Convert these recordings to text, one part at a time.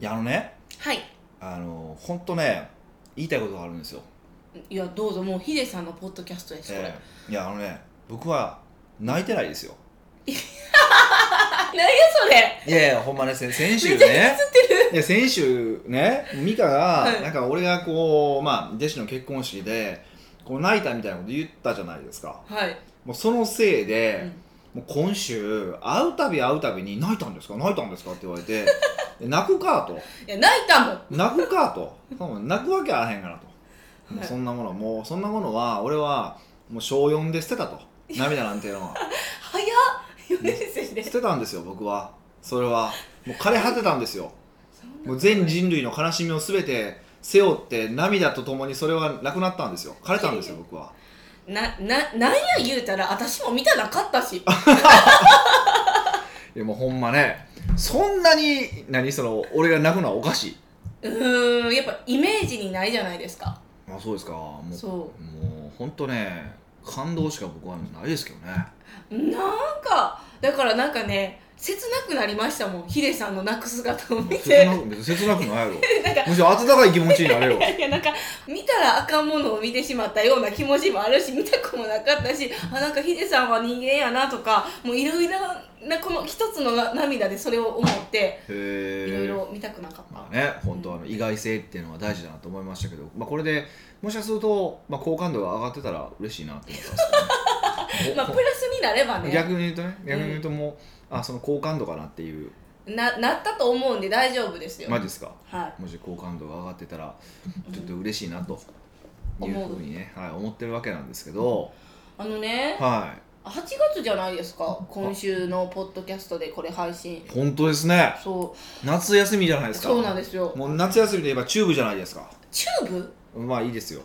いやあのねはいあの本当ね言いたいことがあるんですよ、いやどうぞもうヒデさんのポッドキャストですこれ、ええいやあのね僕は泣いてないですよあ何やそれいやいやほんまね先先週めちゃくちゃ映ねってるいや先週ね美香が、はいなんか俺がこうまあ弟子の結婚式でこう泣いたみたいなこと言ったじゃないですかはい、もうそのせいで、うんもう今週会うたび会うたびに「泣いたんですか泣いたんですか?」って言われて「で泣くか」といや泣いたもん「泣くか」と「多分泣くわけあらへんかな」と「もうはいそんなものもうそんなものは俺はもう小4で捨てた」と「涙なんていうの は早っ4年生で捨すてたんですよ僕はそれはもう枯れ果てたんですよそんなもう全人類の悲しみを全て背負って涙とともにそれはなくなったんですよ枯れたんですよ僕はなななんや言うたら私も見たなかったしいやもうほんまねそんなに何その俺が泣くのはおかしいうーんやっぱイメージにないじゃないですかあそうですかもうそもうほんとね感動しか僕はないですけどねうなんかだからなんかね切なくなりましたもんヒデさんの泣く姿を見て切なく別に切なくないやろなんかむしろ温かい気持ちになれよ いやいやなんか見たらあかんものを見てしまったような気持ちもあるし見たくもなかったしあなんかヒデさんは人間やなとかもういろいろなこの一つのな涙でそれを思っていへろいえろ見たくなかった、まあね本当あの意外性っていうのは大事だなと思いましたけど、まあ、これでもしかすると、まあ、好感度が上がってたら嬉しいなって思ったんですけど、ね まあ、プラスになればね逆に言うとね逆に言うともう、あその好感度かなっていうななったと思うんで大丈夫ですよ、マジですかはいもし好感度が上がってたらうんちょっと嬉しいなという思うふうにね、はい、思ってるわけなんですけど、あのねは8月じゃないですか今週のポッドキャストでこれ配信い本当ですねそ夏休みじゃないでうすかそうなんですよもう夏休みといえばチューブじゃないですかチューブまあいいですよ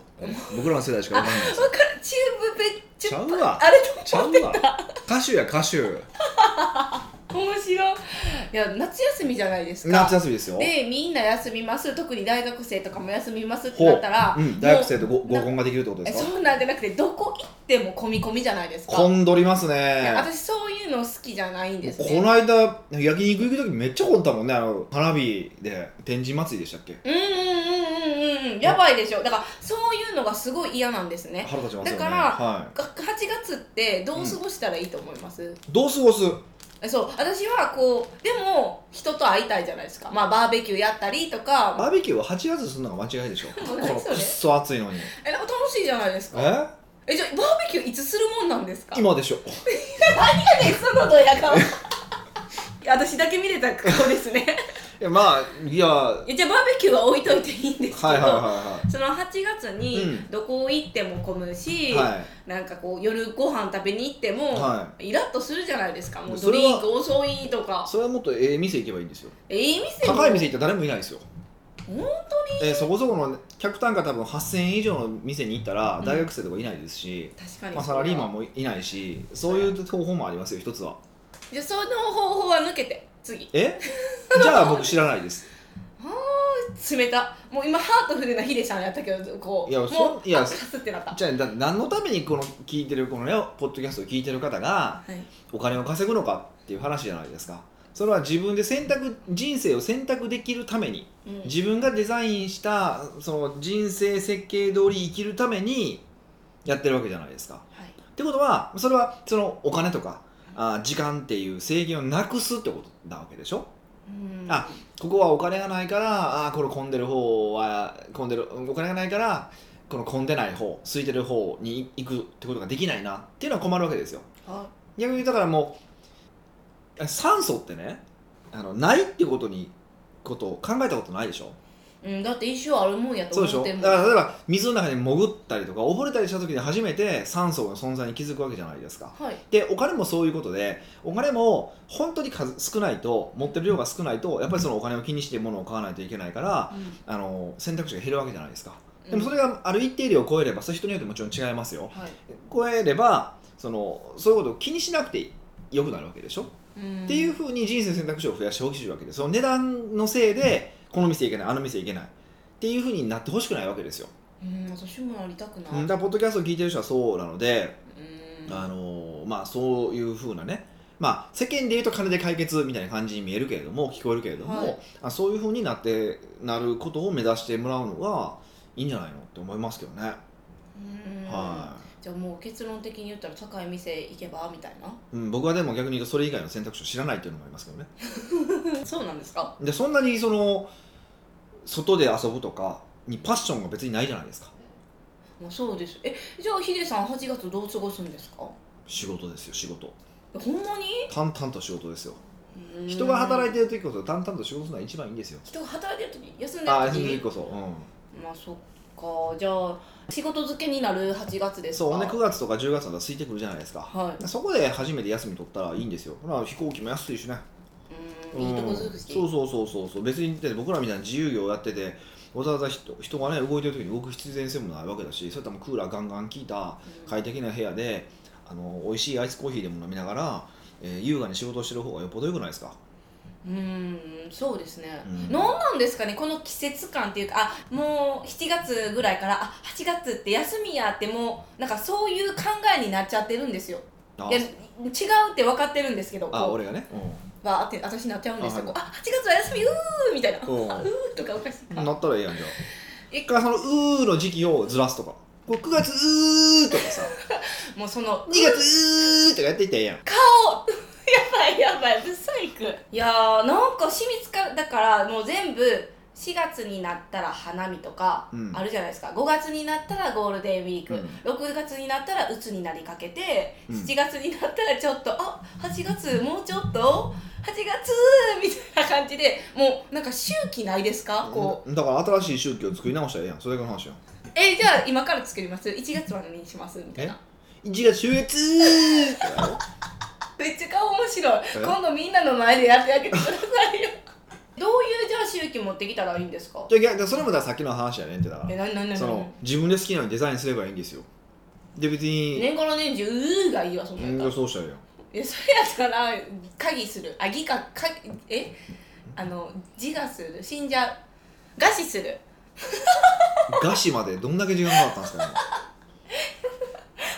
僕らの世代しかあわ分かんかないでするチューブべっちちゃょうわあれとち ゃうわ歌手や歌手面白いいや夏休みじゃないですか夏休みですよでみんな休みます特に大学生とかも休みますってなったら、うもん、う大学生とご合なコンができるってことでえすかそうなんじゃなくてどこ行っても込み込みじゃないですか混んどりますいやね私そういうの好きじゃないんですこねの間焼肉行く時めっちゃ混んだもんねあの花火で天神祭りでしたっけうんうんうんうんうんやばいでしょだからそういうのがすごい嫌なんですね腹立ちますよねだからはが8月ってどう過ごしたらいいと思います、い、どう過ごすえそう私はこうでも人と会いたいじゃないですかまあバーベキューやったりとか、バーベキューは8月するのが間違いでしょこ何それのくっそ暑いのにえなんか楽しいじゃないですかええじゃあバーベキューいつするもんなんですか今でしょ何やねんそのドヤ顔いや私だけ見れた顔ですねいやまあいやはいやじゃあバーベキューは置いといていいんですけど、はいはいはその8月うにんどこ行っても混むし、いはいなんかこう夜ご飯食べに行っても、はイラッとするじゃないですかもうそドれはリンク遅いとかそれはもっとええ店行けばいいんですよえいい店も高い店行ったら誰もいないですよ本えーそこそこの客単価多分8000円以上の店に行ったらうん大学生とかいないですし、確かにまあ、サラリーマンももいないしそういう方法もありますよ一つはじゃあその方法は抜けて次えじゃあ僕知らないです冷たもう今ハートフルなヒデさんやったけどこういやもうそいや あカスってなったじゃあだ何のためにこの聞いてるこのねポッドキャストを聞いてる方がはいお金を稼ぐのかっていう話じゃないですかそれは自分で選択人生を選択できるためにうん自分がデザインしたその人生設計通り生きるためにやってるわけじゃないですかはいってことはそれはそのお金とかあ時間っていう制限をなくすってことなわけでしょうんあここはお金がないからあーこれ混んでる方は混んでるお金がないからこの混んでない方空いてる方に行くってことができないなっていうのは困るわけですよあ逆に言うとだからもう酸素ってねあのないってことにことを考えたことないでしょうん、だって一生あるもんやとそうでしょ思ってだもから例えば水の中に潜ったりとか溺れたりした時に初めて酸素の存在に気づくわけじゃないですかはいでお金もそういうことでお金も本当に数少ないと持ってる量が少ないとやっぱりそのお金を気にして物を買わないといけないからあの選択肢が減るわけじゃないですかでもそれがある一定量を超えればそれ人によってもちろん違いますようんはい超えればそのそういうことを気にしなくて良くなるわけでしょ、うんっていうふうに人生選択肢を増やしてほしいわけでその値段のせいでこの店行けないあの店行けないっていうふうになってほしくないわけですよ、うん私もなりたくなういんだからポッドキャストを聞いてる人はそうなのでうんあのまあそういうふうなねまあ、世間でいうと金で解決みたいな感じに見えるけれども聞こえるけれども、はいあそういうふうになってなることを目指してもらうのがいいんじゃないのって思いますけどね、うんはじゃあもう結論的に言ったら高い店行けばみたいない、うん、僕はでも逆に言うとそれ以外の選択肢を知らないっていうのもありますけどねそうなんですかでそんなにその外で遊ぶとかにパッションが別にないじゃないですかまあそうですえじゃあヒデさん8月どう過ごすんですか仕事ですよ仕事ほんまに淡々と仕事ですようん人が働いてる時こそ淡々と仕事するのが一番いいんですよ人が働いてる時休んであある休みの時時こそ、うまあそっかじゃあ仕事漬けになる8月でん、すかそうね9月とか10月だと空いてくるじゃないですかはそこで初めて休み取ったらいいんですよ。ほら飛行機も安いしね。いうんいいとこづうくんしそうそうそうそうそう。別にだって僕らみたいな自由業やってて、わざわざ人人がね動いてる時に動く必然性もないわけだし、それともクーラーガンガン効いた快適な部屋で、あの美味しいアイスコーヒーでも飲みながら、えー優雅に仕事をしてる方がよっぽど良くないですか。うんそうですね、うんなんなんですかねこの季節感っていうかあもう7月ぐらいからあ8月って休みやってもうなんかそういう考えになっちゃってるんですよあいや違うって分かってるんですけどあこう俺がね。バーって私なっちゃうんですよあこうあ8月は休みうーみたいなあううんーとかおかしいうん。かなったらええやんじゃあ。え一回そのうーの時期をずらすとか。こう9月うーとかさ、もうその2月うーとかやっていったらええやん。顔やばいやばいブサイクいやーなんか染みつかだからもう全部4月になったら花見とかうんあるじゃないですか、5月になったらゴールデンウィーク、うん6月になったら鬱になりかけて、うん7月になったらちょっとあ8月もうちょっと8月みたいな感じでもうなんか周期ないですかこう、だから新しい宗教を作り直したらええやんそれだけの話やんえじゃあ今から作ります1月は何にしますみたいな1月終月ってやろめっちゃ顔面白いえ今度みんなの前でやってあげてくださいよどういうじゃあ周期持ってきたらいいんですかじゃあ逆にそれもだからさっきの話やねんってだかえらなになになにその自分で好きなようにデザインすればいいんですよで別に年がら年中うーがいいわそんうなんんやったらそうしたらええやんいやそれやったら鍵するあぎかかえあの自我する死んじゃう餓死する餓死までどんだけ時間かかったんです かね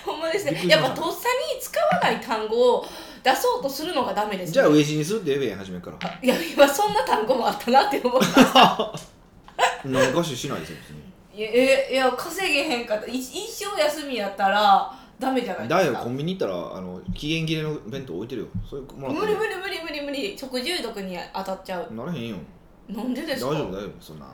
ほんまですびっねくりしやまっしたぱとっさに使わない単語を出そうとするのがダメです、ね、じゃあ飢え死にするって言えばいいやん初めからあいや今そんな単語もあったなって思ったうん餓死しないですよ別にいやえいや稼げへんかったい一生休みやったらダメじゃないでだすよかコンビニ行ったらあの期限切れの弁当置いてるよそれもらっ無て理無理無理無理無理食中毒に当たっちゃうならへんよなんでで大す丈か夫大丈夫そんな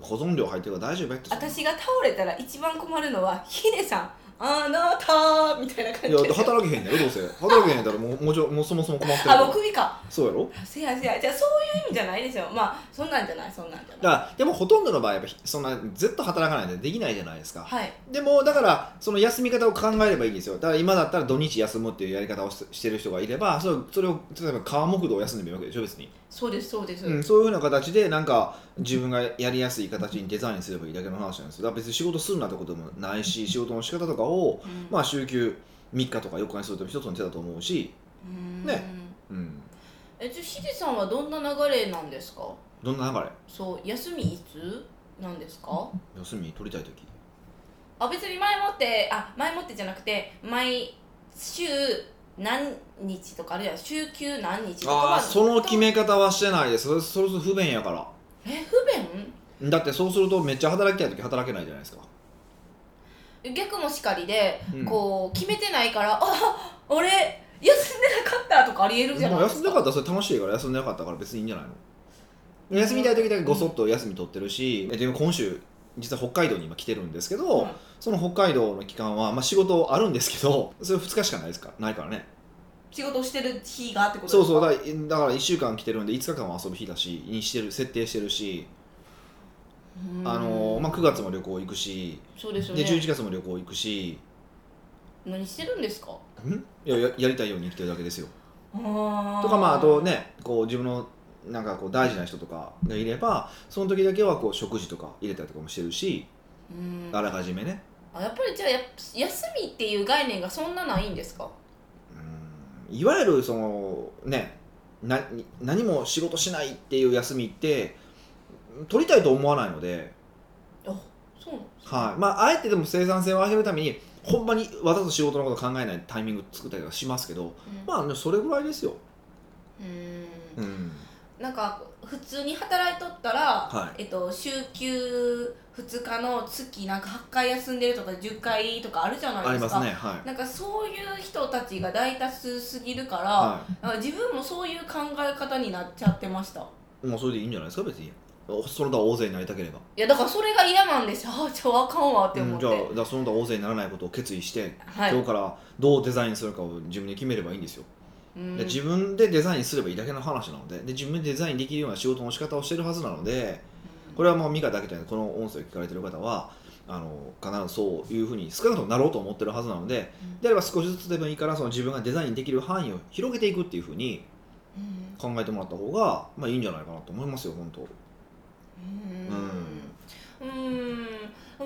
保存料入ってるから大丈夫やってそんな私が倒れたら一番困るのはヒデさんあなたみたいな感いじやで働けへんねやろどうせ働けへんやったらもうもうちょもうそもそも困ってるかあもうら首かそうやろせやせやじゃあそういう意味じゃないですよまあそんなんじゃないそんなんじゃだないからでもほとんどの場合やっぱそんなずっと働かないとできないじゃないですか、はいでもだからその休み方を考えればいいんですよだから今だったら土日休むっていうやり方をししてる人がいればそれをそれを例えば川木道を休んでみるわけでしょ別に、そうですそうです、うん、そういうふうな形でなんか自分がやりやすい形にデザインすればいいだけの話なんですよだから別に仕事するなってこともないし仕事の仕方とかを、うんまあ、週休3日とか4日にすると一つの手だと思うし、うんねうん、えじゃあヒデさんはどんな流れなんですかどんな流れそう休みいつなんですか休み取りたい時あ別に前もってあ前もってじゃなくて毎週何日とかあるいは週休何日とかあはあその決め方はしてないですそれそれこそ不便やからえ不だってそうするとめっちゃ働きたい時働けないじゃないですか便逆もしかりで、うんこう決めてないからあ俺休んでなかったとかありえるじゃなもいうで休すんかでなかったらそれ楽しいから休んでなかったから別にいいんじゃないの休みたい時だけごそっと休み取ってるし、えでも今週実は北海道に今来てるんですけど、うんその北海道の期間は、まあ、仕事あるんですけ どそれ2日しかないですかないからね仕事してる日がってことですそかうそうだだから1週間来てるんで5日間は遊ぶ日だしにしてる設定してるし、うんあのまあ、9月も旅行行くしそうですよねで11月も旅行行くし、何してるんですかんいやややりたいように生きてるだけですよとかとかまああとねこう自分のなんかこう大事な人とかがいればその時だけはこう食事とか入れたりとかもしてるしうんあらかじめねあやっぱりじゃあやっ休みっていう概念がそんなないんですかうんいわゆるそのねな何も仕事しないっていう休みって取りたいと思わないので、あそうなんですかはいまあ、あえてでも生産性を上げるためにほんまにわざと仕事のこと考えないタイミング作ったりはしますけどうんまあそれぐらいですようんうんなんか普通に働いとったら、はえっと、週休2日の月なんか8回休んでるとか10回とかあるじゃなありいでますすかねはいなんかそういう人たちが大多数すぎるから、はなんか自分もそういう考え方になっちゃってましたいもうそれでいいんじゃないですか別にその他大勢になりたければいやだからそれが嫌なんですよ ああじゃああかんわってう思んっじて、ゃあだからその他大勢にならないことを決意して、はい今日からどうデザインするかを自分で決めればいいんですよ、うんで自分でデザインすればいいだけの話なのでで自分でデザインできるような仕事の仕方をしてるはずなのでこれはもう美香だけじゃなくこの音声を聞かれてる方はあの必ずそういうふうに少なくともなろうと思ってるはずなのでうんであれば少しずつでもいいからその自分がデザインできる範囲を広げていくっていうふうにう考んえてもらった方が、まあ、いいんじゃないかなと思いますよ本当うんうん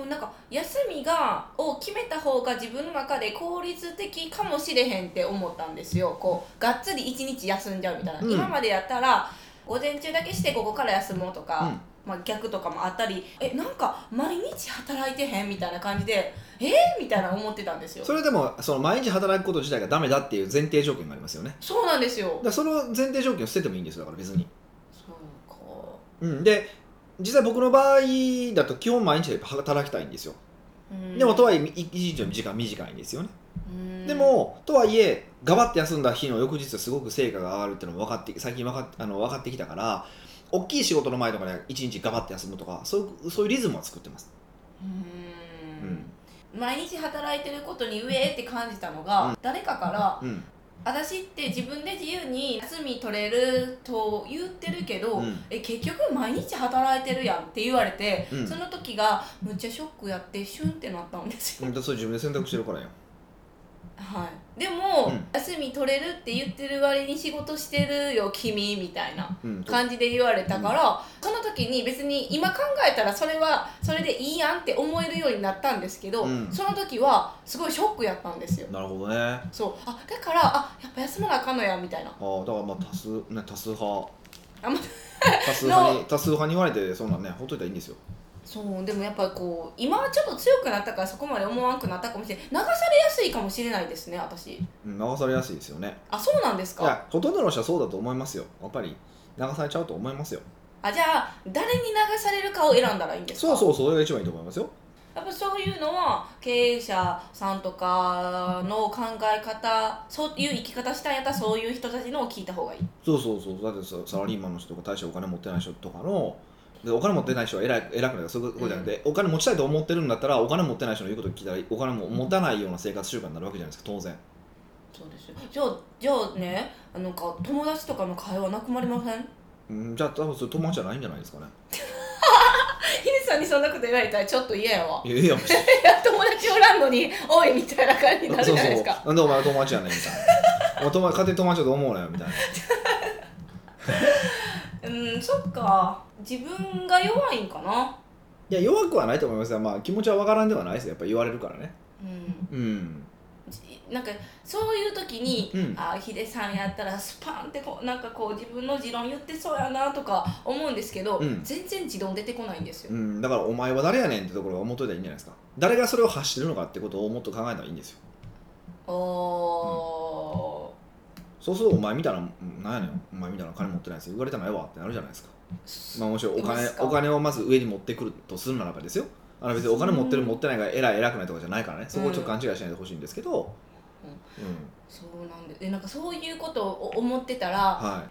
なんか休みがを決めた方が自分の中で効率的かもしれへんって思ったんですよこうがっつり一日休んじゃうみたいな、うん今までやったら午前中だけして午後から休もうとか、うんまあ、逆とかもあったりえなんか毎日働いてへんみたいな感じでえー、みたいな思ってたんですよそれでもその毎日働くこと自体がダメだっていう前提条件がありますよねそうなんですよだからその前提条件を捨ててもいいんですよだから別に、そうかうん、で実際僕の場合だと基本毎日働きたいんですようんでもとはいえ一日の時間短いんですよねうんでもとはいえがばって休んだ日の翌日はすごく成果が上がるっていうのも分かって最近分かっあの分かってきたから大きい仕事の前とかで一日がばって休むとかそういうそういうリズムは作ってます、ううんん毎日働いてることにうえーって感じたのが、うん誰かからうん「私って自分で自由に休み取れると言ってるけど、うんえ結局毎日働いてるやん」って言われて、うんその時がむっちゃショックやってシュンってなったんですうよ、ん、だそれ自分で選択してるからよはい、でも、うん休み取れるって言ってる割に仕事してるよ君」みたいなうんと感じで言われたから、その時に別に今考えたらそれはそれでいいやんって思えるようになったんですけど、うんその時はすごいショックやったんですよなるほどねあそうあだからあやっぱ休まなあかんのやみたいなーだからまあ多数ね多数派あま多数 派に多数派に言われてそんなんねほっといたらいいんですよそうでもやっぱこう今はちょっと強くなったからそこまで思わんくなったかもしれない流されやすいかもしれないですね私うん流されやすいですよねあそうなんですいかやほとんどの人はそうだと思いますよやっぱり流されちゃうと思いますよあじゃあ誰に流されるかを選んだらいいんですかそうそうそれが一番いいと思いますよやっぱそういうのは経営者さんとかの考え方そういう生き方したんやったらそういう人たちのを聞いた方がいいそうそうそうだってさサラリーマンの人とか大してお金持ってない人とかのでお金持ってない人は偉い偉くないとかそういうことじゃなくて、お金持ちたいと思ってるんだったらお金持ってない人の言うこと聞いたらお金も持たないような生活習慣になるわけじゃないですか当然そうですよじゃあじゃあねあのか友達とかの会話なくなりませんうんじゃあ多分それ友達じゃないんじゃないですかねヒデさんにそんなこと言われたらちょっと嫌やわ いやい やいや友達おらんのにおいみたいな感じになるじそゃうないでそすうかなんでお前は友達やねんみたいなお前友達勝手に友達だと思うなよみたいなうんそっか自分が弱いんかないや弱くはないと思いますよまあ気持ちは分からんではないですよやっぱ言われるからねうんうんじなんかそういう時に、うんあヒデさんやったらスパンってこうなんかこう自分の持論言ってそうやなとか思うんですけど、うん全然持論出てこないんですよ、うん、だからお前は誰やねんってところが思っといたらいいんじゃないですか誰がそれを発してるのかってことをもっと考えたらいいんですよおそうするとお前みたいななんやねんお前みたいな金持ってないですよ言われたないわってなるじゃないですか、ーまあ、もちろんおいま金すかお金をまず上に持ってくるとするならばですよあの別にお金持ってるうん持ってないが偉い偉くないとかじゃないからねそこをちょっと勘違いしないでほしいんですけど、うんそうなんでえなんかそういうことを思ってたら、は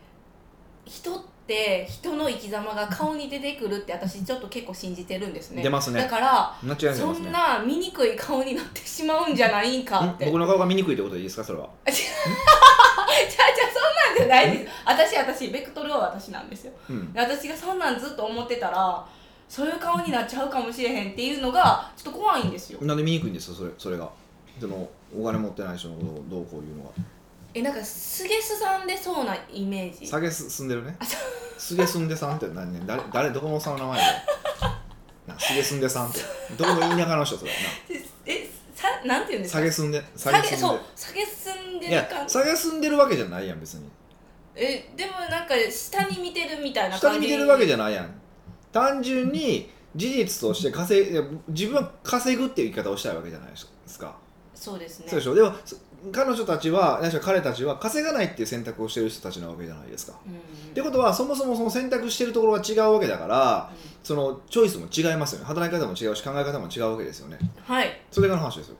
人って人の生き様が顔に出てくるって私ちょっと結構信じてるんですい、ね出ますだねから間違いない出そますんねな醜い顔になってしまうんじゃないんかんって僕の顔が見にくいってことでいいですかそれはじゃあじゃあそんなんじゃないです私私ベクトルは私なんですようんで私がそんなんずっと思ってたらそういう顔になっちゃうかもしれへんっていうのがちょっと怖いんですよなんで見にくいんですかそれそれがそのお金持ってない人のことをどうこういうのがえなんかすげすさんでそうなイメージ下げす住んでるねすげすんでさんって何ね誰誰どこのおさんの名前 だよなすげすんでさんってどこの田舎の人それなえさなんて言うんです下かげすんで下下げすげんでそう下げすんでいるや感じ下げすんでるわけじゃないやん別にえでもなんか下に見てるみたいな下感にじ見てるわけじゃないやん単純に事実として稼いいや自分は稼ぐっていう言い方をしたいわけじゃないですか、そうですねそうでしょでもそ彼女たちはないしは彼たちは稼がないっていう選択をしてる人たちなわけじゃないですか。ってことはそもそもその選択してるところが違うわけだからそのチョイスも違いますよね働き方も違うし考え方も違うわけですよねはいそれがの話ですよ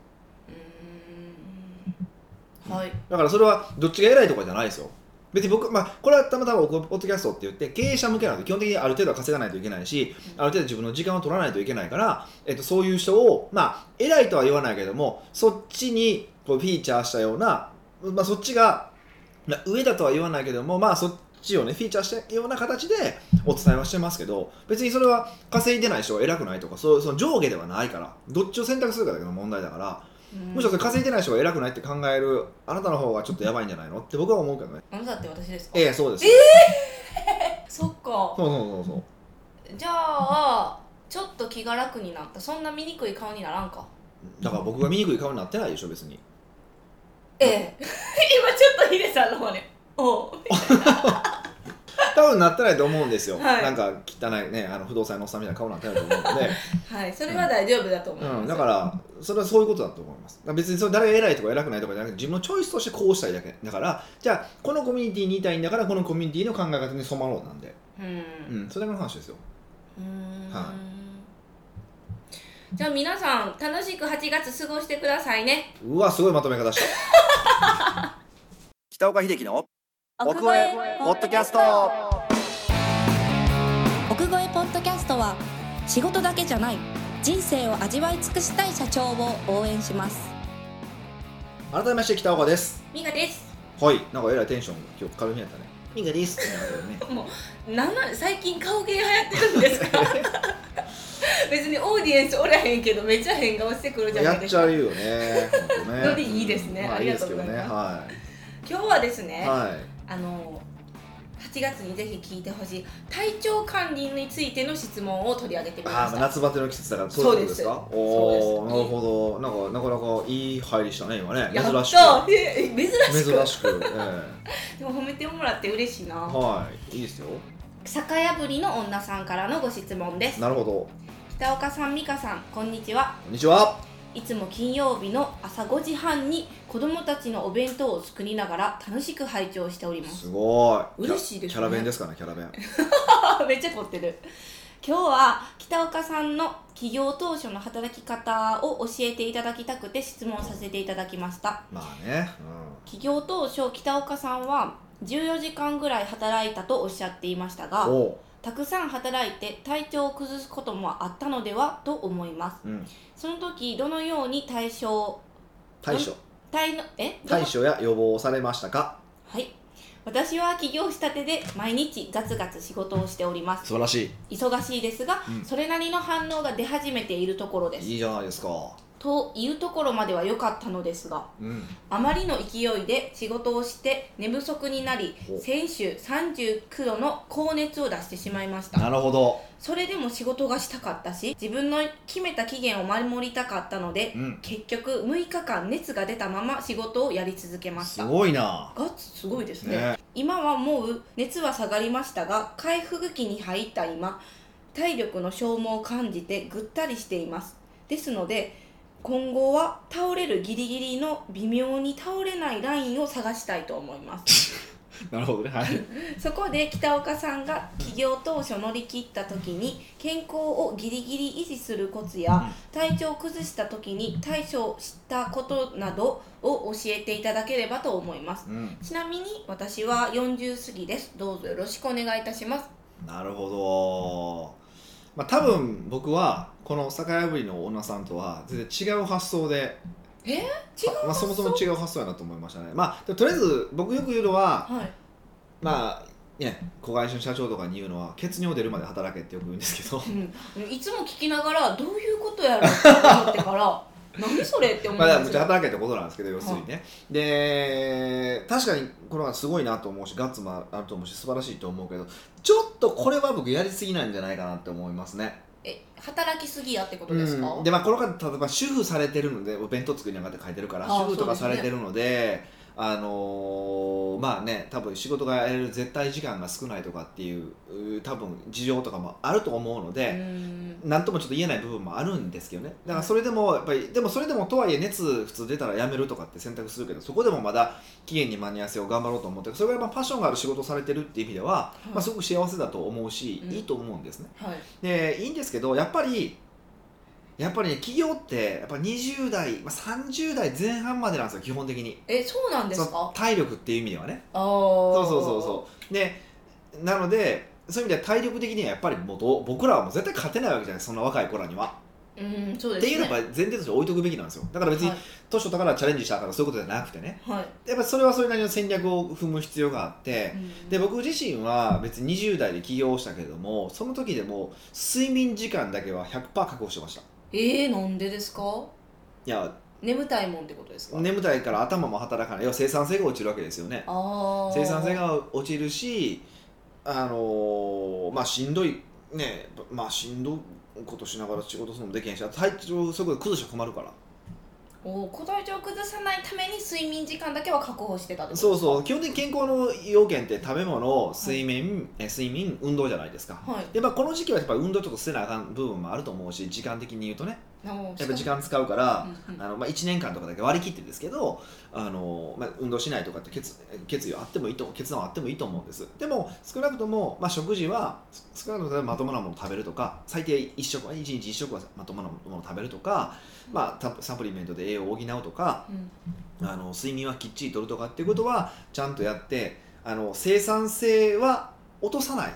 うんはいだからそれはどっちが偉いとかじゃないですよ別に僕、まあ、これはたまたま僕はポッドキャストって言って経営者向けなので基本的にある程度は稼がないといけないしある程度自分の時間を取らないといけないから、えっと、そういう人を、まあ、偉いとは言わないけどもそっちにこうフィーチャーしたような、まあ、そっちが、まあ、上だとは言わないけども、まあ、そっちをねフィーチャーしたような形でお伝えはしてますけど別にそれは稼いでない人が偉くないとかそうその上下ではないからどっちを選択するかだけの問題だからむしろそれ稼いでない人が偉くないって考えるあなたの方がちょっとやばいんじゃないのって僕は思うけどねあなたって私ですかええそうですそっかそうそうそうそうじゃあちょっと気が楽になったそんな醜い顔にならんかだから僕が醜い顔になってないでしょ別にええ 今ちょっとヒデさんの方におう多分なってないと思うんですよ、はいなんか汚いねあの不動産のおっさんみたいな顔になってないと思うので、はいそれは大丈夫だと思います、うん、だからそれはそういうことだと思いますだから別にそれ誰が偉いとか偉くないとかじゃなくて自分のチョイスとしてこうしたいだけだからじゃあこのコミュニティにいたいんだからこのコミュニティの考え方に染まろうなんで、うんう、うんそれだけの話ですよーんはじゃあ皆さん楽しく8月過ごしてくださいねうわすごいまとめ方した 北岡秀樹の奥越えポッドキャスト奥越えポッドキャストは仕事だけじゃない人生を味わい尽くしたい社長を応援します改めまして北岡ですミカですはいなんかえらいテンション今日軽めやったねミカですってなるよねなんなん最近顔芸流行ってるんです か別にオーディエンスおらへんけどめっちゃ変顔してくるじゃなやいっですちかゃうよね本当ね ノリいいですねまああいいでりがすとけうどございねますは今日はですいね、はいあの8月にぜひ聞いてほしい体調管理についての質問を取り上げてみまあしーた夏バテの季節だからそういうことですかそうですおおそうなでするほどなんかなかなかいい入りしたね今ねやっ珍しとえ珍くしく珍しく、えでも褒めてもらって嬉しいえなはいいいですよ酒破りの女さんからのご質問ですなるほどこ北岡さん美香さんこんにちはんにちはいつも金曜日の朝5時半に子供たちのお弁当を作りながら楽しく拝聴しておりますすごい嬉しいですねキャラ弁ですかねキャラ弁 めっちゃ凝ってる今日は北岡さんの起業当初の働き方を教えていただきたくて質問させていただきましたまあね起業当初北岡さんは14時間ぐらい働いたとおっしゃっていましうたんがおうたくさん働いて体調を崩すこともあったのではと思いますうんその時どのように対処対処対のえど対の処や予防をされましたかはい私は起業したてで毎日ガツガツ仕事をしております素晴らしい忙しいですが、うんそれなりの反応が出始めているところですいいじゃないですかというところまでは良かったのですがうんあまりの勢いで仕事をして寝不足になりお先週39度の高熱を出してしまいましたなるほどそれでも仕事がしたかったし自分の決めた期限を守りたかったのでうん結局6日間熱が出たまま仕事をやり続けましすたごいなガッツすごいですねね今はもう熱は下がりましたが回復期に入った今体力の消耗を感じてぐったりしていますですので今後は倒れるギリギリの微妙に倒れないラインを探したいと思いますなるほどねはいそこで北岡さんが起業当初乗り切った時に健康をギリギリ維持するコツや体調を崩した時に対処したことなどを教えていただければと思いますうんちなみに私は40過ぎです。どうぞよろしくお願いいたします。なるほどまあ多分僕はこの酒屋ぶりの女さんとは全然違う発想で違う。まあ、そもそも違う発想やなと思いましたねまあでもとりあえず僕よく言うのははい。まあね子会社の社長とかに言うのは血尿出るまで働けってよく言うんですけどうん、いつも聞きながらどういうことやろうって思ってから 何それって 思まあ、だからっむってちゃ働けってことなんですけど要するにね、で確かにこれはすごいなと思うしガッツもあると思うし素晴らしいと思うけどちょっとこれは僕やりすぎなんじゃないかなって思いますねえ働きすぎやってことですか、うんでまあこの方例えば主婦されてるのでお弁当作りながらって書いてるからああ主婦とかそさうでれすねてるのであのーまあね多分仕事がやれる絶対時間が少ないとかっていうう多分事情とかもあると思うので、うん何ともちょっと言えない部分もあるんですけどねだからそれでもやっぱりでもそれでもとはいえ熱普通出たらやめるとかって選択するけどそこでもまだ期限に間に合わせを頑張ろうと思ってそれがまあパッションがある仕事をされてるっていう意味では、いまあ、すごく幸せだと思うし、うんいいと思うんですねはいでいいんですけどやっぱりやっぱりね企業ってやっぱ20代、まあ、30代前半までなんですよ基本的にえそうなんですそのか体力っていう意味ではねああそそそううそうそうでなのでそういう意味では体力的にはやっぱりもうどう僕らはもう絶対勝てないわけじゃないそんな若い子らには、ううんそうっですてねいうのはやっぱり前提として置いとくべきなんですよだから別に年をだからチャレンジしたからそういうことじゃなくてねはい、はいやっぱりそれはそれなりの戦略を踏む必要があって、で僕自身は別に20代で起業したけれどもその時でも睡眠時間だけは100%確保してましたえー、なんでですかいや眠たいもんってことですか、眠たいから頭も働かない要は生産性が落ちるわけですよねああ生産性が落ちるしあのーまあしんどいねまあしんどいことしながら仕事するのもできへんし体調そこで崩して困るからおー体調を崩さないために睡眠時間だけは確保してたってこそとうそう基本的に健康の要件って食べ物睡眠、え睡眠運動じゃないですか、はいでまあ、この時期はやっぱ運動ちょっとせなあかん部分もあると思うし時間的に言うとねあーやっぱ時間使うから、うんうんあのまあ、1年間とかだけ割り切ってですけどあの、まあ、運動しないとかって決決意はあってもいいと決断はあってもいいと思うんですでも少なくとも、まあ、食事はす少なくともまともなものを食べるとか最低1食は1日1食はまともなものを食べるとか、まあ、たサプリメントで栄養を補うとかうんあの睡眠はきっちりとるとかっていうことはちゃんとやってあの生産性は落とさない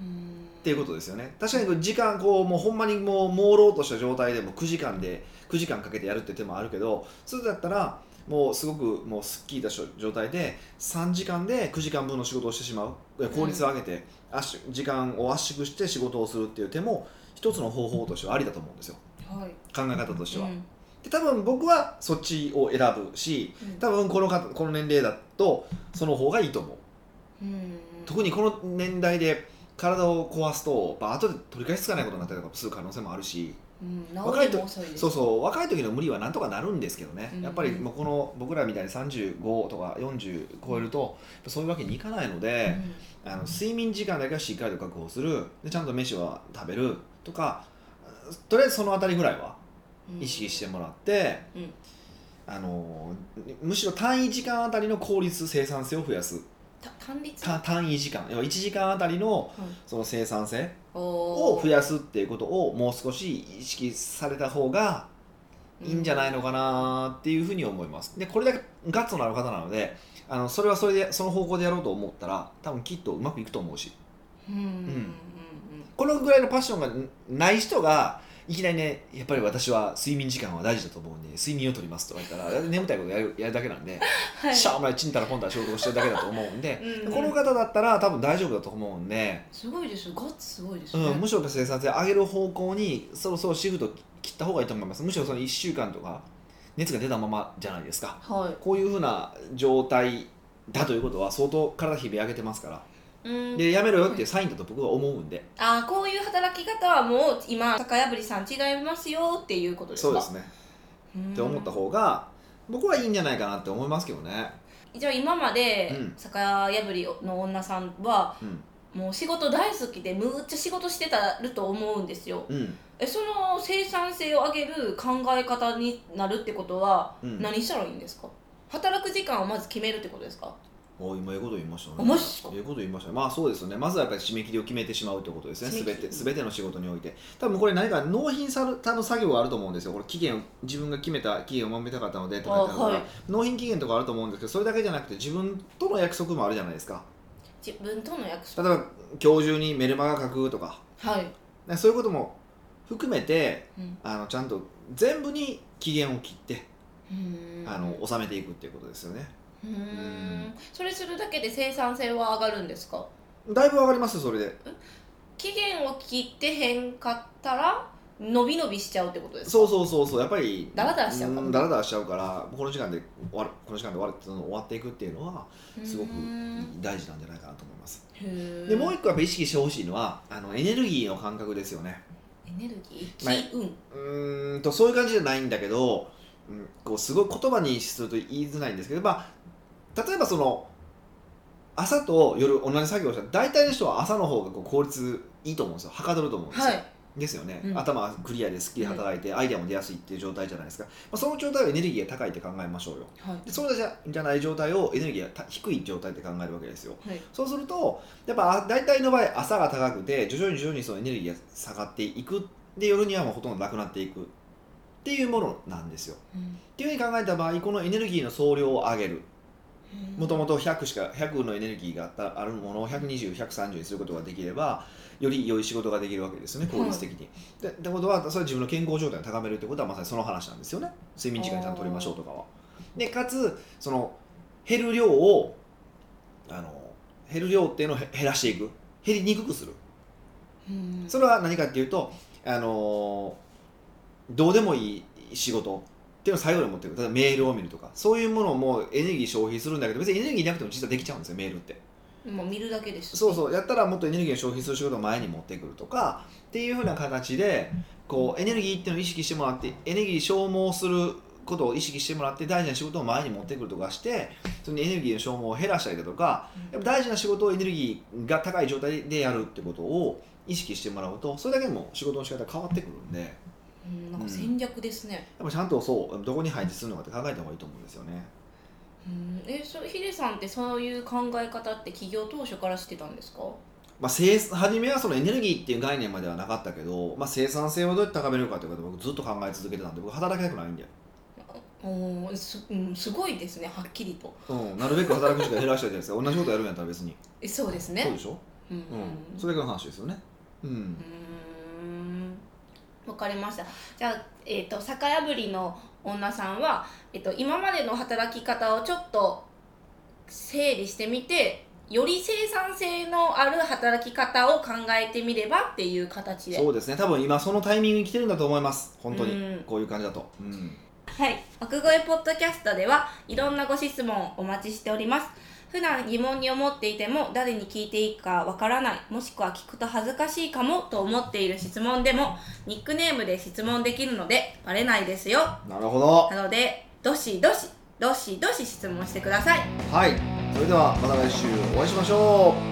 うんっていうことですよね確かにこう時間こうもうほんまにもう朦朧とした状態でも9時間で9時間かけてやるって手もあるけどそれだったらもうすごくもうすっきりとした状態で3時間で9時間分の仕事をしてしまう効率を上げて、圧縮時間を圧縮して仕事をするっていう手も一つの方法としてはありだと思うんですよはい考え方としては、うんで多分僕はそっちを選ぶしうん多分この方この年齢だとその方がいいと思ううん特にこの年代で体を壊すと、まあ後で取り返しつかないことになったりとかする可能性もあるし、うん、治若いりとも遅いですそうそう若い時の無理はなんとかなるんですけどね、うんやっぱりもうこの僕らみたいに35とか40超えると、やっぱそういうわけにいかないので、あの睡眠時間だけはしっかりと確保するでちゃんと飯は食べるとかとりあえずそのあたりぐらいはうん意識してもらって、うんあのむしろ単位時間あたりの効率生産性を増やすた単立た単位時間要は1時間あたりのその生産性をを増やすっていうことをもう少し意識された方がいいんじゃないのかなっていうふうに思います。でこれだけガッツのある方なのであのそれはそれでその方向でやろうと思ったら多分きっとうまくいくと思うしうんうんうんこのぐらいのパッションがない人がいきなりねやっぱり私は睡眠時間は大事だと思うんで睡眠をとりますとか言ったら眠たいことやるやるだけなんで、はいしゃあお前ちんたらこんたら仕事をしてるだけだと思うんで。うんうんこの方だったら多分大丈夫だと思うんで、すごいですよガッツすごいですね、うん、むしろ生産性上げる方向にそろそろシフト切った方がいいと思いますむしろその1週間とか熱が出たままじゃないですかはこういうふうな状態だということは相当体日々上げてますからい、うん、でやめろよっていうサインだと僕は思うんであーこういう働き方はもう今酒破りさん違いますよっていうことですかそうですねうんって思った方が僕はいいんじゃないかなって思いますけどね、じゃあ今までうん酒破りの女さんはうんもう仕事大好きでむっちゃ仕事してたると思うんですようんえその生産性を上げる考え方になるってことはうん、何したらいいんですか働く時間をまず決めるってことですかお今いうこと言いましたあね。マジっすかいいうこと言いましたね。まあそうですよね。まずはやっぱり締め切りを決めてしまうということですね。す締めべ切りてすべての仕事において。多分これ何か納品されたの作業があると思うんですよ。これ期限を自分が決めた期限を守りたかったのでとか言ってあるから、あはい納品期限とかあると思うんですけど、それだけじゃなくて自分との約束もあるじゃないですか。自分との約例え束ば今日中にメルマガ書くとか、はい、ねそういうことも含めてうんあのちゃんと全部に期限を切って、うーんあの収めていくっていうことですよね。うーんそれするだけで生産性は上がるんですかだいぶわかりますよそれで。期限を切ってへんかったら伸び伸びしちゃうってことですかそうそうそうそうやっぱりダラダラしちゃうかもんダラダラしちゃうからこの時間で終わるこの時間で終わるっていうのを終わっていくっていうのはすごくうーん大事なんじゃないかなと思いますへーでもう一個やっぱ意識してほしいのはあのエネルギーの感覚ですよねエネルギまあー気運うーんとそういう感じじゃないんだけど、うん、こうすごい言葉にすると言いづらいんですけど、まあ、例えばその朝と夜同じ作業をしたら大体の人は朝の方がこう効率いいと思うんですよはかどると思うんですよ、はいですよね、うん頭はクリアでスッキリ働いて、アイデアも出やすいっていう状態じゃないですか、まあ、その状態はエネルギーが高いって考えましょうよはいでそうじゃじゃない状態をエネルギーがた低い状態って考えるわけですよはいそうするとやっぱあ大体の場合朝が高くて徐々に徐々にそのエネルギーが下がっていくで夜にはもうほとんどなくなっていくっていうものなんですよっていうふうに考えた場合このエネルギーの総量を上げるもともと100しか100のエネルギーがあったあるものを120130にすることができればより良い仕事ができるわけですよね効率的に。でってことはそれは自分の健康状態を高めるってことはまさにその話なんですよね睡眠時間ちゃんと取りましょうとかは。でかつその減る量をあの減る量っていうのをへ減らしていく減りにくくするうんそれは何かっていうとあのどうでもいい仕事っていうのを最後に持ってくる例えばメールを見るとかそういうものをもうエネルギー消費するんだけど別にエネルギーなくても実はできちゃうんですよメールってもう見るだけですそうそうやったらもっとエネルギーを消費する仕事を前に持ってくるとかっていうふうな形でこうエネルギーっていうのを意識してもらってエネルギー消耗することを意識してもらって大事な仕事を前に持ってくるとかしてそのエネルギーの消耗を減らしたりだとかやっぱ大事な仕事をエネルギーが高い状態でやるってことを意識してもらうとそれだけでも仕事の仕方変わってくるんでやうんなんか戦略ですね、っぱちゃんとそうどこに配置するのかって考えた方がいいと思うんですよね。うん、えそヒデさんってそういう考え方って企業当初からしてたんですかまあ、生産初めはそのエネルギーっていう概念まではなかったけど、まあ、生産性をどうやって高めるかっていうことを僕ずっと考え続けてたんで僕働きたくないんだよ、おーす,、うん、すごいですねはっきりとうん、なるべく働く時間減らしたいじゃないですか同じことやるんやったら別にえそうですそうねでしょ、うんうんうんそれだけの話ですよねうんうーんわかりましたじゃあ、えー、と酒破りの女さんは、えー、と今までの働き方をちょっと整理してみてより生産性のある働き方を考えてみればっていう形でそうですね多分今そのタイミングに来てるんだと思います本当にうんこういう感じだと、うん、はい奥越ポッドキャストではいろんなご質問をお待ちしております普段疑問に思っていても誰に聞いていいかわからないもしくは聞くと恥ずかしいかもと思っている質問でもニックネームで質問できるのでバレないですよなるほどなのでどしどしどしどし質問してくださいはいそれではまた来週お会いしましょう